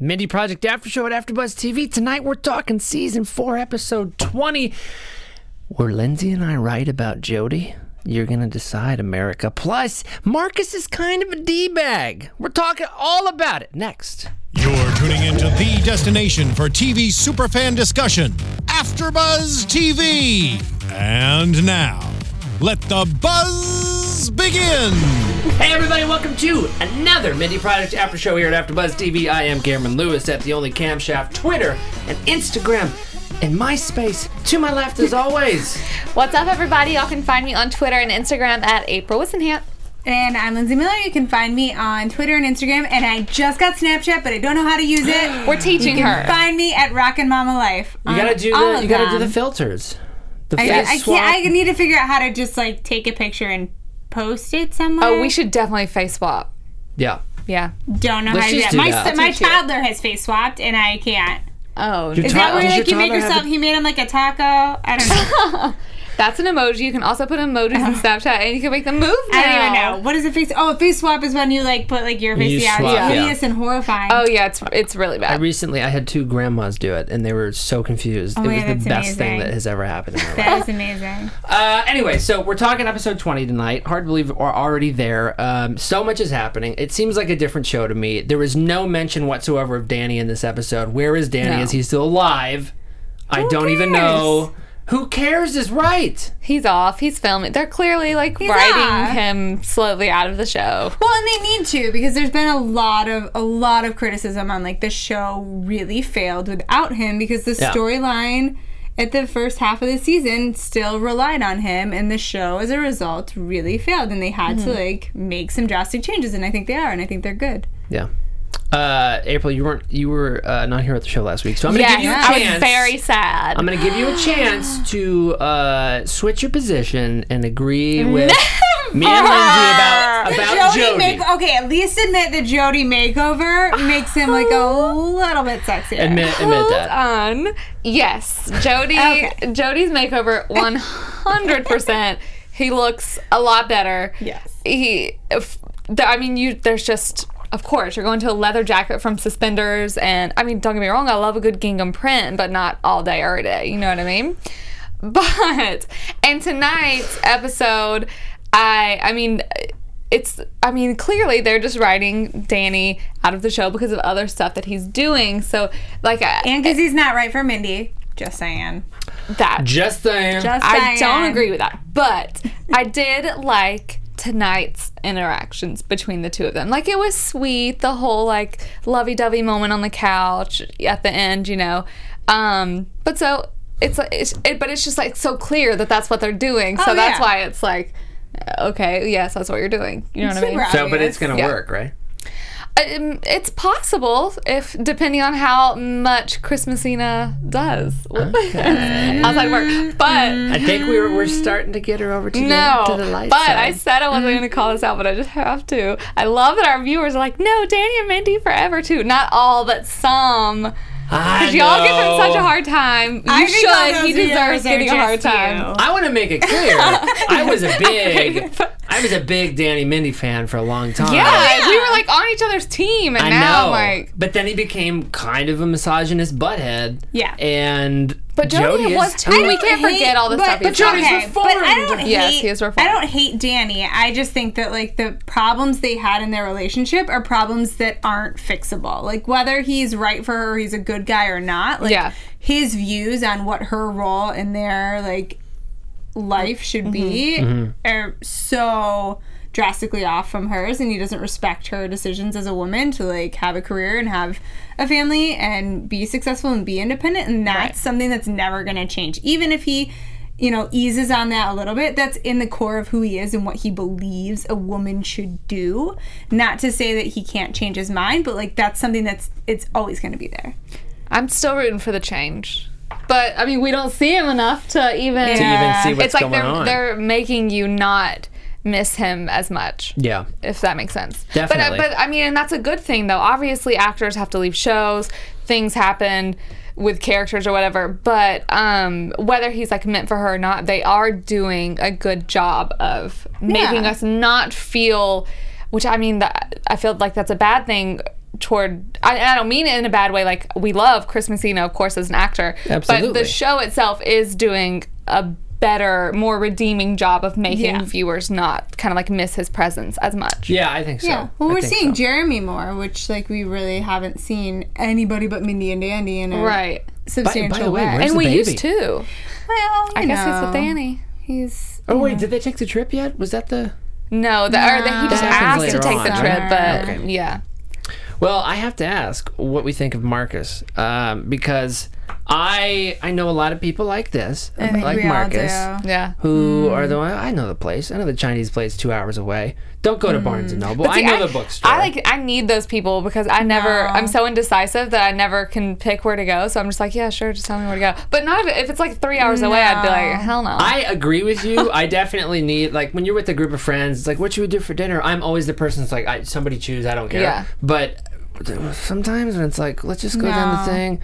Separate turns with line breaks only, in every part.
Mindy Project After Show at AfterBuzz TV. Tonight we're talking season four, episode twenty, where Lindsay and I write about Jody. You're gonna decide America. Plus, Marcus is kind of a d bag. We're talking all about it next.
You're tuning into the destination for TV superfan discussion, AfterBuzz TV. And now, let the buzz begin.
Hey everybody, welcome to another Mindy Project After Show here at AfterBuzz TV. I am Cameron Lewis at the only camshaft Twitter and Instagram and MySpace. To my left, as always.
What's up, everybody? Y'all can find me on Twitter and Instagram at April Wissenhant.
And I'm Lindsay Miller. You can find me on Twitter and Instagram. And I just got Snapchat, but I don't know how to use it.
We're teaching
you can
her.
Find me at Rockin' Mama Life.
You gotta do the you gotta do the filters. The
I,
face
I
swap.
can't. I need to figure out how to just like take a picture and post it somewhere.
Oh, we should definitely face swap.
yeah.
Yeah.
Don't know
Let's
how to do
just
that.
do
my
that.
s- my
Teach you.
toddler has face swapped, and I can't.
Oh,
Your
no.
Is that
Toddler-
where
does
like you
your
make
toddler have
yourself?
a-
He made him like a taco. I don't know.
that's an emoji. You can also put emojis in Snapchat, and you can make them move. Now.
I don't even know. What is a face? Oh, a face swap is when you like put like your face.
You
yeah,
swap,
it's
yeah.
hideous and horrifying.
Oh yeah, it's it's really
I
bad.
recently I had two grandmas do it and they were so confused. it
Oh my
was
God,
the
that's
best thing
amazing.
that has ever happened in my life.
That is amazing.
Uh, anyway, so we're talking episode 20 tonight. Hard to believe we're already there. Um, so much is happening. It seems like a different show to me. There was no mention whatsoever of Danny in this episode. Where is Danny?
No.
Is he still alive? I don't even
cares?
know. Who cares is right.
He's off. He's filming. They're clearly like writing
off.
him slowly out of the show.
Well, and they need to because there's been a lot of a lot of criticism on like the show really failed without him because the
Yeah.
storyline at the first half of the season still relied on him and the show as a result really failed and they had
Mm-hmm.
to like make some drastic changes and I think they are and I think they're good.
Yeah. Uh, April, you weren't you were uh, not here at the show last week, so I'm gonna give you a
I
chance.
was very sad.
I'm gonna give you a chance to uh, switch your position and agree with me and Lindsay about about Jody.
Make, okay, at least admit the Jody makeover makes him like a little bit sexier.
admit admit
Hold
that.
on. Yes, Jody.
Okay.
Jody's makeover, one hundred percent. He looks a lot better.
Yes.
He. If, the, I mean, you. There's just. Of course, you're going to a leather jacket from suspenders, and I mean, don't get me wrong, I love a good gingham print, but not all day, every day. You know what I mean? But and tonight's episode, I I mean it's I mean clearly they're just writing Danny out of the show because of other stuff that he's doing. So like I,
and because he's not right for Mindy. Just saying.
that
Just saying.
Just
I don't
saying.
agree with that. But I did like tonight's interactions between the two of them. Like it was sweet, the whole like lovey dovey moment on the couch at the end, you know. Um, but so it's, like- it's it, but it's just like so clear that that's what they're doing. So
Oh,
that's
yeah.
why it's like, okay, yes, that's what you're doing. You know what I mean?
Super
so, but it's
obvious.
gonna
Yeah.
work, right?
Um, it's possible if depending on how much Christmasina does outside work, but.
I think we're we're starting to get her over to
No,
the, to the light
but I
side.
said I wasn't going to call this out, but I just have to. I love that our viewers are like, no, Danny and Mindy forever too. Not all, but some.
I
Because y'all give him
know.
such a hard time. You
I think all
should. He
those
deserves
viewers are
getting a hard
just
time.
you.
I want to make it clear. I was a big, Oh, I was a big Danny Mindy fan for a long time.
Yeah, we were like on each other's team, and
I
now
know.
I'm like,
but then he became kind of a misogynist butthead.
Yeah.
And
but Jody,
is-
was too.
I
We
don't
can't forget all the
but,
stuff.
But
he's done.
Jody's
okay,
reformed.
But I don't hate,
Yes, he is reformed.
I don't hate Danny. I just think that like the problems they had in their relationship are problems that aren't fixable. Like whether he's right for her, or he's a good guy or not. Like
Yeah.
his views on what her role in their like life should be are so drastically off from hers and he doesn't respect her decisions as a woman to like have a career and have a family and be successful and be independent and that's something that's never going to change even if he you know eases on that a little bit that's in the core of who he is and what he believes a woman should do not to say that he can't change his mind but like that's something that's it's always going to be there
I'm still rooting for the change. But I mean, we don't see him enough to even.
even see what's
it's like
going
they're
on.
they're making you not miss him as much.
yeah.
if that makes sense.
Definitely.
But, uh, but I mean, and that's a good thing, though. Obviously, actors have to leave shows, things happen with characters or whatever. But um, whether he's like meant for her or not, they are doing a good job of making
Yeah.
us not feel, which I mean, that, I feel like that's a bad thing. toward I, and I don't mean it in a bad way like we love Chris Messina of course as an actor but
Absolutely.
the show itself is doing a better more redeeming job of making
Yeah.
viewers not kind of like miss his presence as much
Yeah, I think so.
Yeah. Well,
I
we're
think
seeing
so.
Jeremy more, which like we really haven't seen anybody but Mindy and Dandy in a
right
substantial
By- by the way,
way.
where's-
and
the
we
baby?
used to
well,
I
you
guess it's
know,
with Danny
He's
Oh wait, did they take the trip yet? Was that the?
no the, or that he just
happens
asked to
later
take
on,
the
right?
trip but
Okay.
yeah
Well, I have to ask what we think of Marcus um, because I I know a lot of people like this,
I think
like
we
Marcus.
all do. Hmm.
yeah
Who are the one? I know the place. I know the Chinese place two hours away. Don't go to
Hmm.
Barnes and Noble. I know the bookstore.
I like I need those people because I never
No.
I'm so indecisive that I never can pick where to go. So I'm just like, yeah, sure, just tell me where to go. But not if, if it's like three hours away, I'd be like, hell no.
I agree with you. I definitely need like when you're with a group of friends, it's like what should we do for dinner? I'm always the person that's like I, somebody choose, I don't care.
Yeah.
But sometimes when it's like let's just go down the
No.
thing,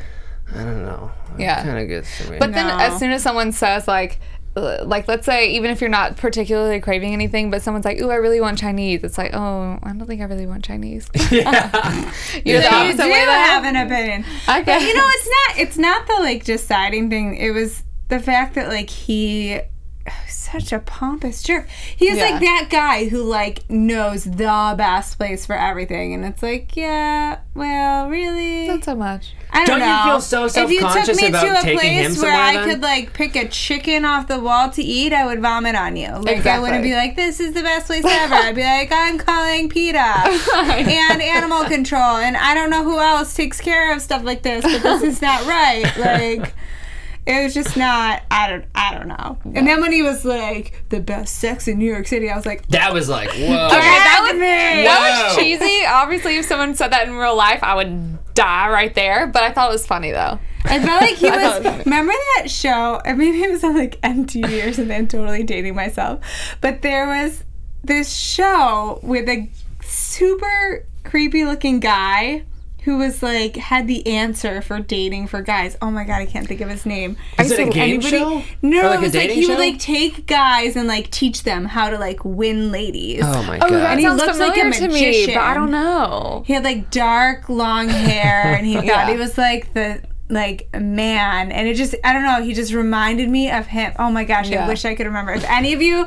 I don't know.
Yeah.
kind of gets to me.
but then
No.
as soon as someone says like. uh, Like let's say even if you're not particularly craving anything, but someone's like, "Ooh, I really want Chinese." It's like, "Oh, I don't think I really want Chinese." you're the
Oh,
So you
opposite
do
way.
have
That
an opinion.
I
But you know, it's not it's not the like deciding thing. It was the fact that like he such a pompous jerk. He's
Yeah.
like that guy who like knows the best place for everything and it's like, yeah, well, really?
not so much.
I don't,
Don't you
know.
feel so self-conscious about taking him
where
somewhere,
I
then?
could like pick a chicken off the wall to eat, I would vomit on you. Like I wouldn't
Exactly.
be like, "This is the best place ever." I'd be like, "I'm calling PETA and animal control, and I don't know who else takes care of stuff like this, but this is not right." Like. It was just not. I don't. I don't know. And then when he was like the best sex in New York City, I was like,
that was like whoa.
that
"Add
was-
me."
That was
Whoa.
cheesy. Obviously, if someone said that in real life, I would die right there. But I thought it was funny though.
I felt like he
I thought it was
was. Remember that show? Or maybe it was on like MTV or something. I'm totally dating myself. But there was this show with a super creepy looking guy who was like had the answer for dating for guys. Oh my god, I can't think of his name.
Is it a game show?
No,
Or like
it
a
was like
dating
he
show?
would like take guys and like teach them how to like win ladies.
Oh my
Oh, that
god.
he
sounds
looks like
familiar
a
to me, but I
magician.
don't know.
He had like dark long hair and he thought
Yeah.
he was like the like man and it just I don't know, he just reminded me of him. Oh my gosh,
Yeah.
I wish I could remember. If any of you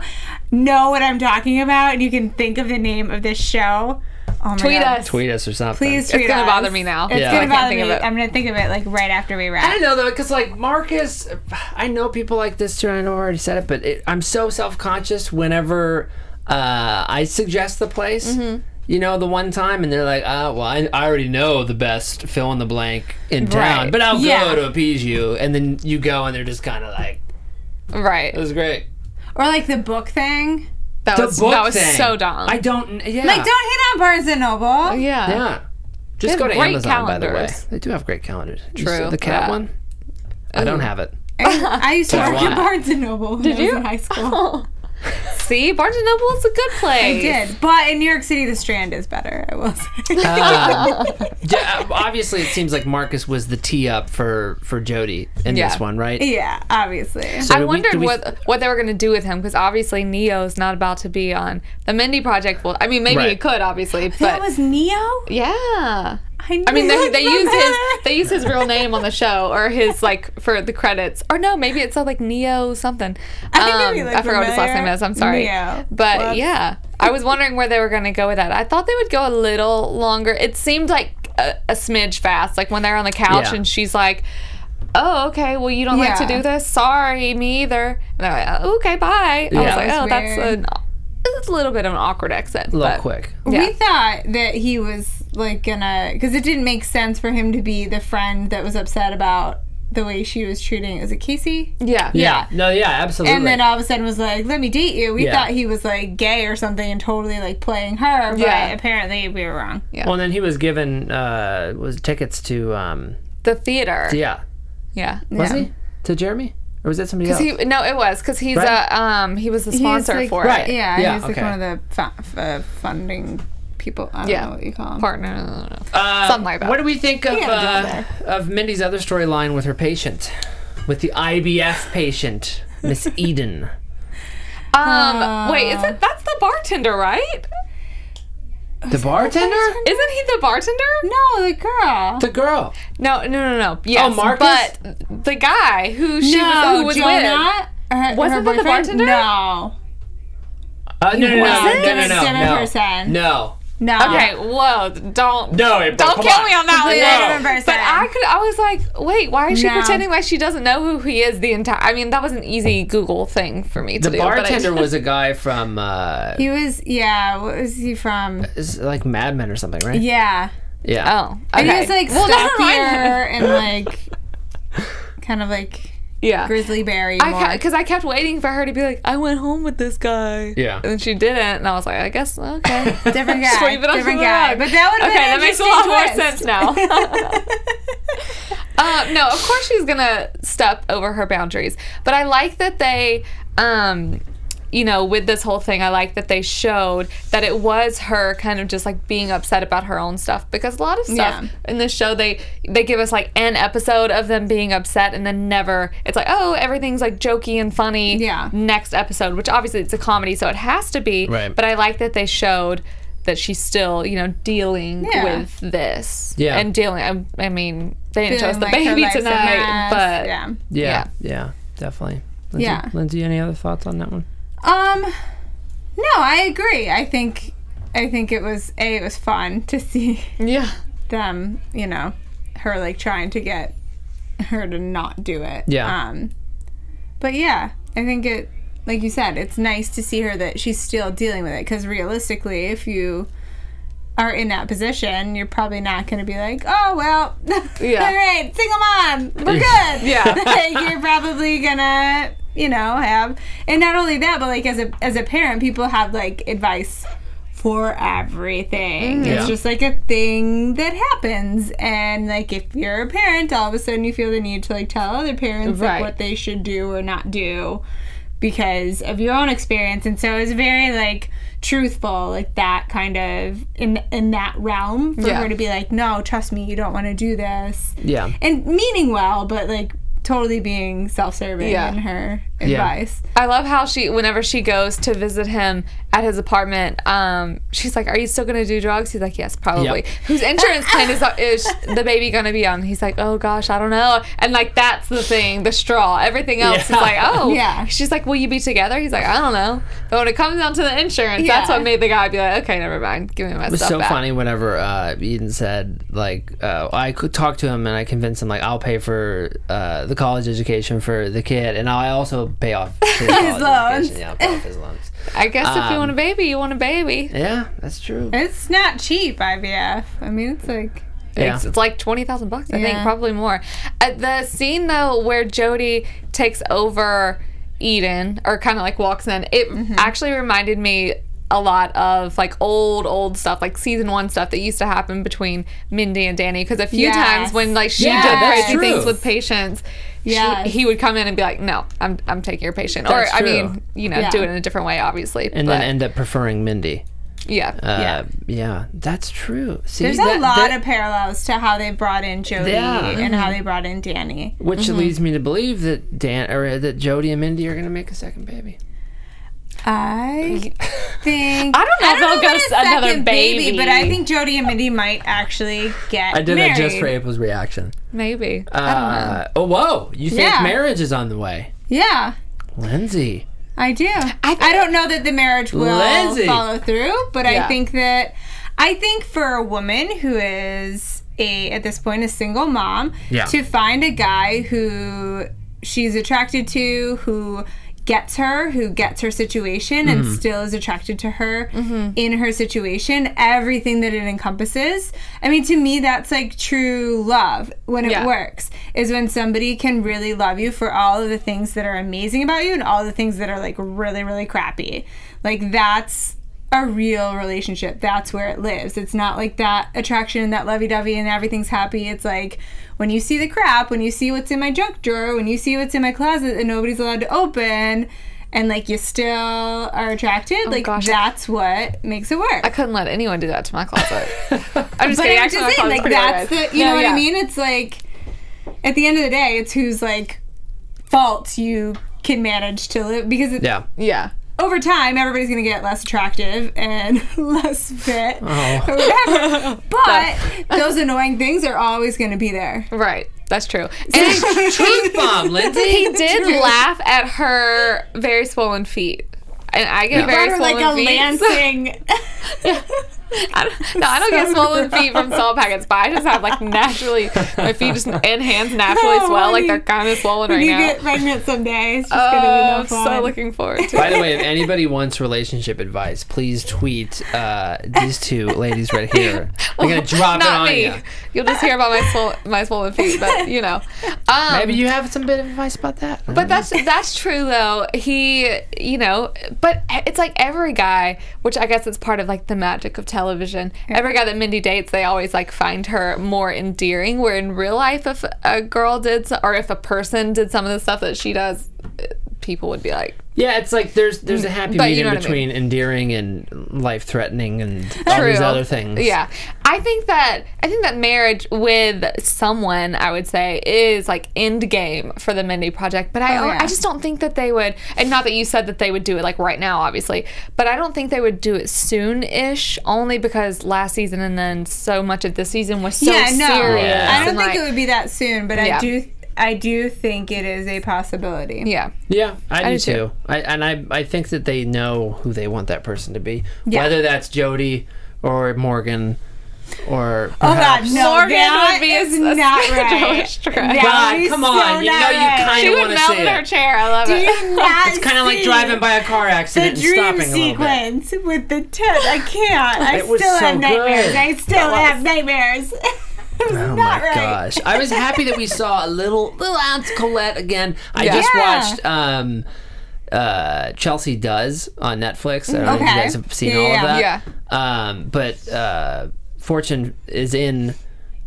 know what I'm talking about and you can think of the name of this show, oh my
Tweet
God.
us.
Tweet us or something.
Please tweet
gonna
us.
bother me now.
It's
Yeah. I
gonna
can't
bother
think
me.
of it.
I'm gonna think of it like right after we
I
wrap.
don't know though, because like Marcus, I know people like this too. and I know I already said it, but it, I'm so self conscious whenever uh, I suggest the place.
Mm-hmm.
You know, the one time, and they're like, "Ah, well, I, I already know the best fill in the blank in town,
Right.
but I'll
Yeah.
go to appease you." And then you go, and they're just kind of like,
Right.
"It was great."
Or like the book thing.
That
The
was
book
that was
thing.
so dumb.
I don't. Yeah.
Like don't hit on Barnes and Noble.
Oh, yeah.
Yeah. Just
have
go to
great
Amazon, by the way.
calendars.
They do have great calendars. You
True,
saw The cat
yeah.
one. I don't have it.
I, I used to
Did
work
what?
at Barnes and Noble when I was
you?
in high school.
See, Barnes and Noble is a good
I
place.
did. But in New York City the strand is better, I will say.
Uh,
Ah.
yeah, obviously, it seems like Marcus was the tee up for for Jody in
Yeah.
this one, right?
yeah, obviously.
So
I
do we-
wondered
do we-
what what they were going to do with him because obviously Neo's not about to be on the Mindy Project. Well, I mean, maybe he
Right.
could obviously,
That
but
was Neo.
yeah.
knew
I mean, they,
it
they
from
use his
her.
they use his real name on the show or his like for the credits or no, maybe it's uh, like Neo something. Um,
I
I,
knew he looked
forgot what his last
familiar.
name is. I'm sorry,
Neo.
but
Whoops.
yeah, I was wondering where they were going to go with that. I thought they would go a little longer. It seemed like a, a smidge fast, like when they're on the couch
Yeah.
and she's like. Oh, okay. Well, you don't like to
Yeah.
do this. Sorry, me either. And they're like, "Oh, okay, bye. I was
Yeah.
like,
That
oh,
was
that's
weird.
an, it's a little bit of an awkward exit.
A little
but-
quick.
Yeah.
We thought that he was like gonna, because it didn't make sense for him to be the friend that was upset about the way she was treating. Is it Casey?
Yeah. uh,
No. Yeah. Absolutely.
And then all of a sudden was like, "Let me date you." We
Yeah.
thought he was like gay or something and totally like playing her, but
Yeah.
apparently we were wrong.
well, and then he was given uh was tickets to um
The theater.
yeah
Yeah.
was
Yeah.
he to Jeremy or was that somebody else?
He, no, it was because he's
Right?
a um he was the sponsor
like-
for
Right.
it.
Yeah,
Yeah,
he's like
okay.
one of the fa- f- uh, funding people. I don't
Yeah.
know what you call him.
Partner, no, no, no.
Uh,
something like that.
What do we think of
got a job
uh, of Mindy's other storyline with her patient, with the IBF patient, Miss Eden?
Um, wait, is it that's the bartender, right?
The bartender?
Isn't he the bartender?
No, Oh, the girl.
The girl.
No, no, no, no. Yes,
Oh, Marcus?
but the guy who she was, who was with.
Jonah, Uh, her-
Wasn't
her
that the
boyfriend?
bartender?
No.
Uh, no, no, no,
Wow,
no, no,
give
no,
us seven
no, no,
percent.
no.
No.
Okay, whoa, don't
No, April,
don't
come
kill
on.
me on that one.
Completely different person.
But I could, I was like, wait, why is she
No.
pretending like she doesn't know who he is the entire? I mean, that was an easy Google thing for me to
The
do. but I-
bartender was a guy from uh,
He was, yeah, what was he from?
is like Mad Men or something, right?
Yeah.
Yeah.
Oh, okay.
And he was like
well, never
stockier
mind.
and like kind of like
Yeah.
grizzly berry.
I
more.
because I kept waiting for her to be like, I went home with this guy.
Yeah.
And then she didn't, and I was like, I guess okay.
different
Just
guy.
leave it on
different
the
guy.
road.
But that would have
okay, that makes a lot more sense now.
now.
Uh, no, of course she's gonna step over her boundaries. But I like that they, um, you know, with this whole thing, I like that they showed that it was her kind of just like being upset about her own stuff because a lot of stuff
Yeah.
in this show they they give us like an episode of them being upset and then never it's like oh everything's like jokey and funny
Yeah.
next episode which obviously it's a comedy so it has to be
Right.
but I like that they showed that she's still you know dealing
Yeah.
with this
Yeah.
and dealing I, I mean they didn't show us
Feeling
the
like her
baby
life's a
tonight
mess.
but
yeah.
Yeah. Yeah. Definitely. Lindsay,
Yeah.
Lindsay, any other thoughts on that one?
Um, no, I agree. I think, I think it was a. It was fun to see
yeah
them. You know, her like trying to get her to not do it.
Yeah.
Um, but yeah, I think it. Like you said, it's nice to see her that she's still dealing with it. Because realistically, if you are in that position, you're probably not going to be like, oh well,
Yeah.
all right, single mom, we're good.
Yeah.
like you're probably gonna you know have and not only that but like as a as a parent people have like advice for
Mm.
everything
Yeah.
it's just like a thing that happens and like if you're a parent all of a sudden you feel the need to like tell other parents
Right.
like what they should do or not do because of your own experience and so it was very like truthful like that kind of in in that realm for
Yeah.
her to be like no trust me you don't want to do this
Yeah.
and meaning well, but like totally being self-serving
Yeah.
in her
Yeah.
advice.
I love how she whenever she goes to visit him at his apartment um she's like are you still gonna do drugs he's like yes probably
Yep.
whose insurance plan is, uh, is the baby gonna be on he's like oh gosh I don't know and like that's the thing the straw everything else
Yeah.
is like oh
Yeah.
she's like will you be together he's like I don't know but when it comes down to the insurance that's
Yeah.
what made the guy be like okay never mind give me my
It was
stuff
so
back
funny whenever uh, Eden said like uh, I could talk to him and I convinced him like I'll pay for uh, the college education for the kid and I also pay off his, college
loans.
education. Yeah, I'll pay off his loans.
I guess if you
Um,
want a baby you want a baby
Yeah, that's true.
It's not cheap IVF. I mean, it's like
Yeah.
It's, it's like twenty thousand bucks, I think,
Yeah.
probably more. Uh, the scene though where Jody takes over Eden or kind of like walks in, it
Mm-hmm.
actually reminded me a lot of like old old stuff, like season one stuff that used to happen between Mindy and Danny. Because a few
Yes.
times when like she
Yeah,
did
that's
crazy things
true.
with patients. she-
Yes.
he would come in and be like, "No, I'm, I'm taking your patient,"
That's
or I
true.
mean, you know,
Yeah.
do it in a different way, obviously.
and
but,
then end up preferring Mindy.
yeah,
Uh, yeah.
Yeah.
that's true. See,
there's
that-
a lot
that-
of parallels to how they brought in Jody
Yeah.
and how they brought in Danny.
which
Mm-hmm.
leads me to believe that Dan or uh, that Jody and Mindy are gonna make a second baby.
I think
I don't know if I'll go
about
s-
a
another
second
baby.
but I think Jody and Mindy might actually get.
I did
married.
that just for April's reaction.
maybe.
Uh, oh whoa! You think
Yeah.
marriage is on the way,
Yeah.
Lindsay?
I do. I, don't know that the marriage will
Lindsay.
follow through, but
Yeah.
I think that I think for a woman who is a at this point a single mom
Yeah.
to find a guy who she's attracted to who gets her who gets her situation and still is attracted to her in her situation everything that it encompasses i mean to me that's like true love when it
Yeah.
works is when somebody can really love you for all of the things that are amazing about you and all the things that are like really really crappy like that's a real relationship. That's where it lives. It's not like that attraction and that lovey dovey and everything's happy. It's like when you see the crap, when you see what's in my junk drawer, when you see what's in my closet that nobody's allowed to open, and like you still are attracted, like
Oh, gosh.
that's what makes it work.
I couldn't let anyone do that to my closet. I'm just kidding.
but I'm
Actually, my
just saying,
closet's
like
pretty
that's
organized.
the you
No,
know what
yeah.
I mean? It's like at the end of the day, it's who's like fault you can manage to live because it,
Yeah.
Yeah.
over time, everybody's going to get less attractive and less fit
Oh,
or whatever. But those annoying things are always going to be there.
Right. That's true. And
Truth bomb, Lindsay.
he did laugh at her very swollen feet. And I get very
Or
swollen
like a
feet.
lancing.
I don't, no, I don't get swollen feet from salt packets, but I just have like naturally my feet just and hands naturally
No,
swell. Like
honey,
they're kind of swollen
when
right
you
now.
get pregnant someday, it's just
oh,
going to be no
I'm
fun.
so looking forward to it.
By the way, if anybody wants relationship advice, please tweet uh, these two ladies right here. I'm gonna drop it
Not
on
me.
you.
You'll just hear about my swollen, my swollen feet, but you know. Um,
Maybe you have some bit of advice about that.
But that's that's true though. He, you know, but it's like every guy, which I guess it's part of like the magic of television. Every guy that Mindy dates, they always like find her more endearing. Where in real life, if a girl did so- or if a person did some of the stuff that she does, eh, people would be like,
yeah, it's like there's there's a happy
But you
medium
know what I
between endearing and life threatening and all these
True.
other things.
Yeah, I think that I think that marriage with someone I would say is like end game for the Mindy Project. But I
Oh, yeah.
I just don't think that they would, and not that you said that they would do it like right now, obviously. But I don't think they would do it soon ish, only because last season and then so much of this season was so
yeah, no.
serious.
Yeah.
I don't
and,
think
like-
it would be that soon, but
Yeah.
I do I do think it is a possibility.
Yeah,
Yeah, I, do
do
too.
too.
I and I I think that they know who they want that person to be,
Yeah.
whether that's Jody or Morgan or
Oh God,
perhaps-
no!
Morgan
that
would be a-
is
a
not
spiritual
right.
strike.
That
God,
is
come
so
on! you
not
know you
right.
kind
she
of
would
want to
melt
say
in her
it.
chair. I love
Do
it.
you not
It's kind of like
see
driving by a car
the
accident and
dream
stopping a little bit.
sequence with the tent. I can't. I
It was
still
so
have nightmares.
good.
I still have nightmares. It's
Oh
not
my
right.
gosh! I was happy that we saw a little little ounce Colette again. I just
Yeah.
watched um, uh, Chelsea Does on Netflix. I don't know if
Okay.
you guys have seen
Yeah,
all of
yeah,
that.
yeah.
Um, but uh, Fortune is in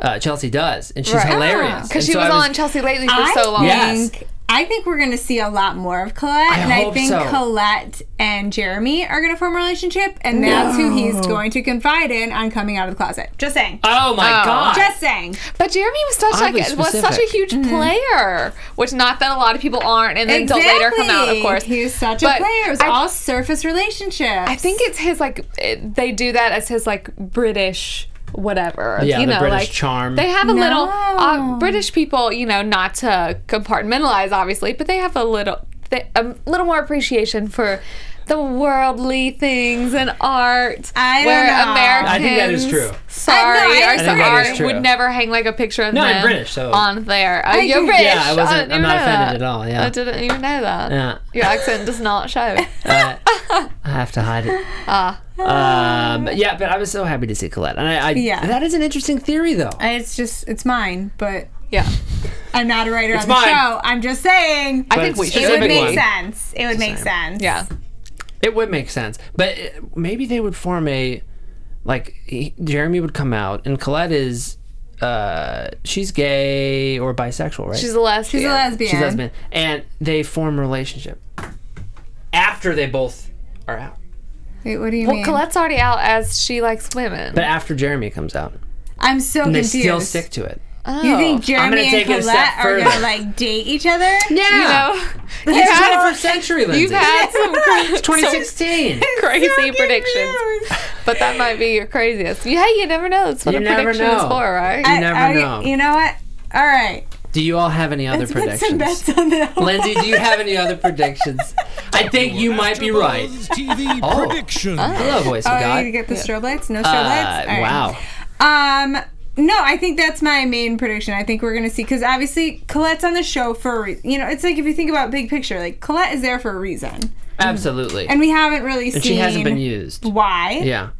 uh, Chelsea Does, and she's
Right.
Ah,
hilarious. And
Because she
so
was,
I
on Chelsea lately for
I
so long.
Yeah. Yes.
think I think we're gonna see a lot more of Colette, and
hope
I think
so.
Colette and Jeremy are gonna form a relationship, and that's who he's going to confide in on coming out of the closet. Just saying.
Oh my
Oh.
god!
Just saying.
But Jeremy was such
Oddly
like was such a
specific.
huge player, which not that a lot of people aren't, and then don't later come out, of course.
He was such
But
a player. It was
I-
all surface relationships.
I think it's his like it, they do that as his like British whatever.
Yeah,
you
the
know,
British
like,
charm.
They have a little
No.
uh, British people, you know, not to compartmentalize obviously, but they have a little they, a little more appreciation for the worldly things and art.
I don't
where
know.
Americans,
I think that is true.
Sorry,
I- no, I
are
think
sorry,
that is true.
would never hang like a picture of
No, I'm
them
British, so-
on there. Oh, you're
agree.
British.
Yeah, I wasn't-
didn't
I'm
even
not
know
offended
that.
at all, yeah.
I didn't even know that.
Yeah.
Your accent does not show.
Uh, I have to hide it.
Ah.
Um, yeah, but I was so happy to see Colette, and I, I
Yeah.
that is an interesting theory though.
it's just it's mine, but
yeah.
I'm not a writer on the
mine.
show. I'm just saying.
I think
it's
we
just-
should.
it would
specific
make
one.
sense. It would make sense.
Yeah.
It would make sense, but uh, maybe they would form a like he, Jeremy would come out, and Colette is uh, she's gay or bisexual, right?
She's a lesbian.
She's a lesbian.
She's lesbian, and they form a relationship after they both are out,
Wait, what do you
Well,
mean?
Colette's already out as she likes women.
but after Jeremy comes out,
I'm so
they
confused.
still stick to it.
oh.
You think Jeremy and
take it a step
Colette are
further.
gonna like date each other?
You
Yeah,
know, you've had,
21st century, Lindsay.
you've had some cra-
2016.
some crazy predictions, but that might be your craziest. Yeah, you never know. That's what
You
a
never
prediction is
know.
for, right?
You never
I-
know.
You know what? All right.
do you all have any other
Let's put some
predictions?
bets on that. one.
Lindsay, do you have any other predictions? I think you might be right.
AfterBuzz TV
Oh.
prediction.
Hello, voice
Oh,
of
I
God.
need to get the strobe lights. No strobe
Uh,
lights. All right.
wow.
Um, no, I think that's my main prediction. I think we're gonna see because obviously Colette's on the show for a reason. You know, it's like if you think about big picture, like Colette is there for a reason,
Mm.
Absolutely.
and we haven't really
And
seen
she hasn't been used.
why.
Yeah.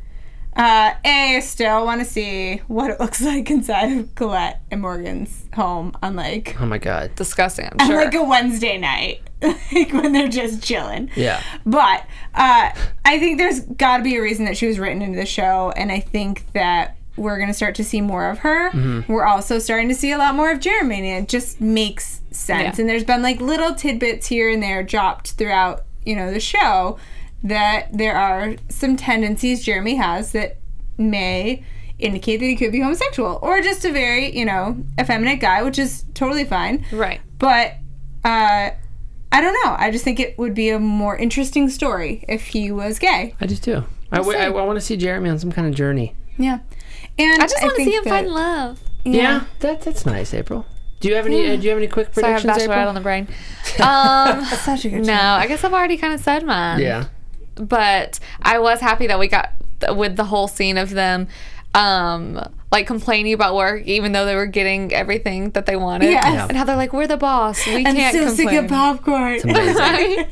Uh, a I still want to see what it looks like inside of Colette and Morgan's home on like
Oh my God.
Disgusting, I'm sure.
like a Wednesday night, like when they're just chilling.
Yeah.
But uh, I think there's got to be a reason that she was written into the show, and I think that we're going to start to see more of her. We're also starting to see a lot more of Jeremy, and it just makes sense.
Yeah.
And there's been like little tidbits here and there dropped throughout, you know, the show that there are some tendencies Jeremy has that may indicate that he could be homosexual or just a very, you know, effeminate guy, which is totally fine
right.
but uh, I don't know. I just think it would be a more interesting story if he was gay.
I do too. I, w- I, want to see Jeremy on some kind of journey.
Yeah. And
I just want to
think
see him
that-
find love.
Yeah, that that's nice, April. Do you have any? Uh, do you have any quick
So I have
predictions,
bachelorette
April?
on the brain. Um,
Such a good
no, I guess I've already kind of said mine.
yeah,
but I was happy that we got with the whole scene of them um like complaining about work even though they were getting everything that they wanted
Yes. Yeah.
and how they're like we're the boss we
I'm
can't
so
complain
sick of popcorn.
I,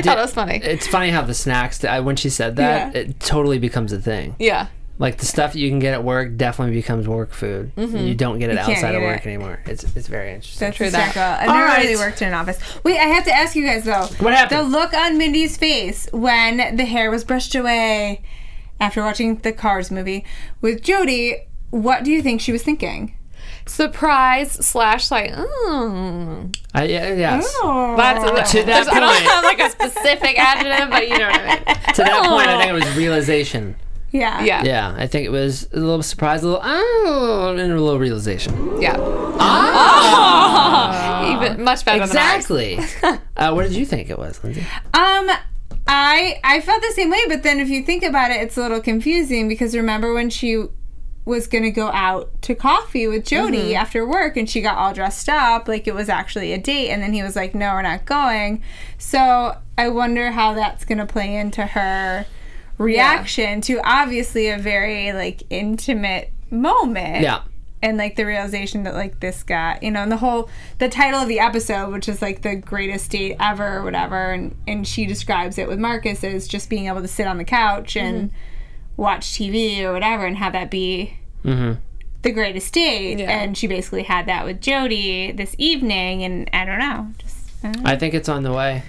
thought it was funny
It's funny how the snacks. I, when she said that,
Yeah.
it totally becomes a thing.
yeah
Like the stuff you can get at work definitely becomes work food.
Mm-hmm.
You don't get it
can't
outside of
get
work
it.
anymore. It's it's very interesting.
That's
True
a
that.
circle. I've
All
never
right.
really worked in an office. Wait, I have to ask you guys though.
What happened?
The look on Mindy's face when the hair was brushed away after watching the Cars movie with Jody. What do you think she was thinking?
surprise slash like mm.
I, yeah, yes.
Oh. that's a
To that
there's- I don't
point.
have like a specific adjective but you know what I mean
To that point,
Oh.
I think it was realization.
Yeah.
yeah yeah,
Yeah, I think it was a little surprise, a little oh, and a little realization.
even much better
Exactly. uh, what did you think it was, Lindsay?
Um, I I felt the same way, but then if you think about it, it's a little confusing because remember when she was gonna go out to coffee with Jody after work and she got all dressed up like it was actually a date and then he was like no we're not going so I wonder how that's gonna play into her reaction to obviously a very like intimate moment
Yeah.
and like the realization that like this guy you know and the whole the title of the episode which is like the greatest date ever or whatever and and she describes it with marcus as just being able to sit on the couch and watch tv or whatever and have that be the greatest date
Yeah.
and she basically had that with jody this evening and i don't know just I, don't know.
I think it's on the way.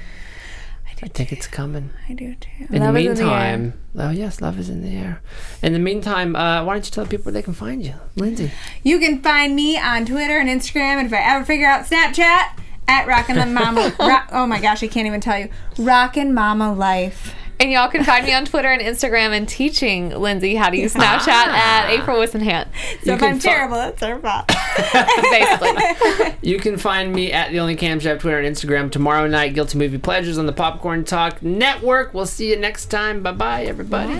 I think it's coming.
I do too.
In
Love
the
is in the air.
meantime, oh yes, love is in the air. In the meantime, uh, why don't you tell people where they can find you, Lindsay?
You can find me on Twitter and Instagram, and if I ever figure out Snapchat, at Rockin' the Mama. Rock, oh my gosh, I can't even tell you. Rockin' Mama Life.
And y'all can find me on Twitter and Instagram and teaching Lindsay how to use Snapchat at April Wissenhant,
So if
can
I'm
fi-
terrible, it's her fault.
basically.
You can find me at the only cam show Twitter and Instagram tomorrow night. Guilty movie pleasures on the Popcorn Talk Network. We'll see you next time. Bye bye, everybody.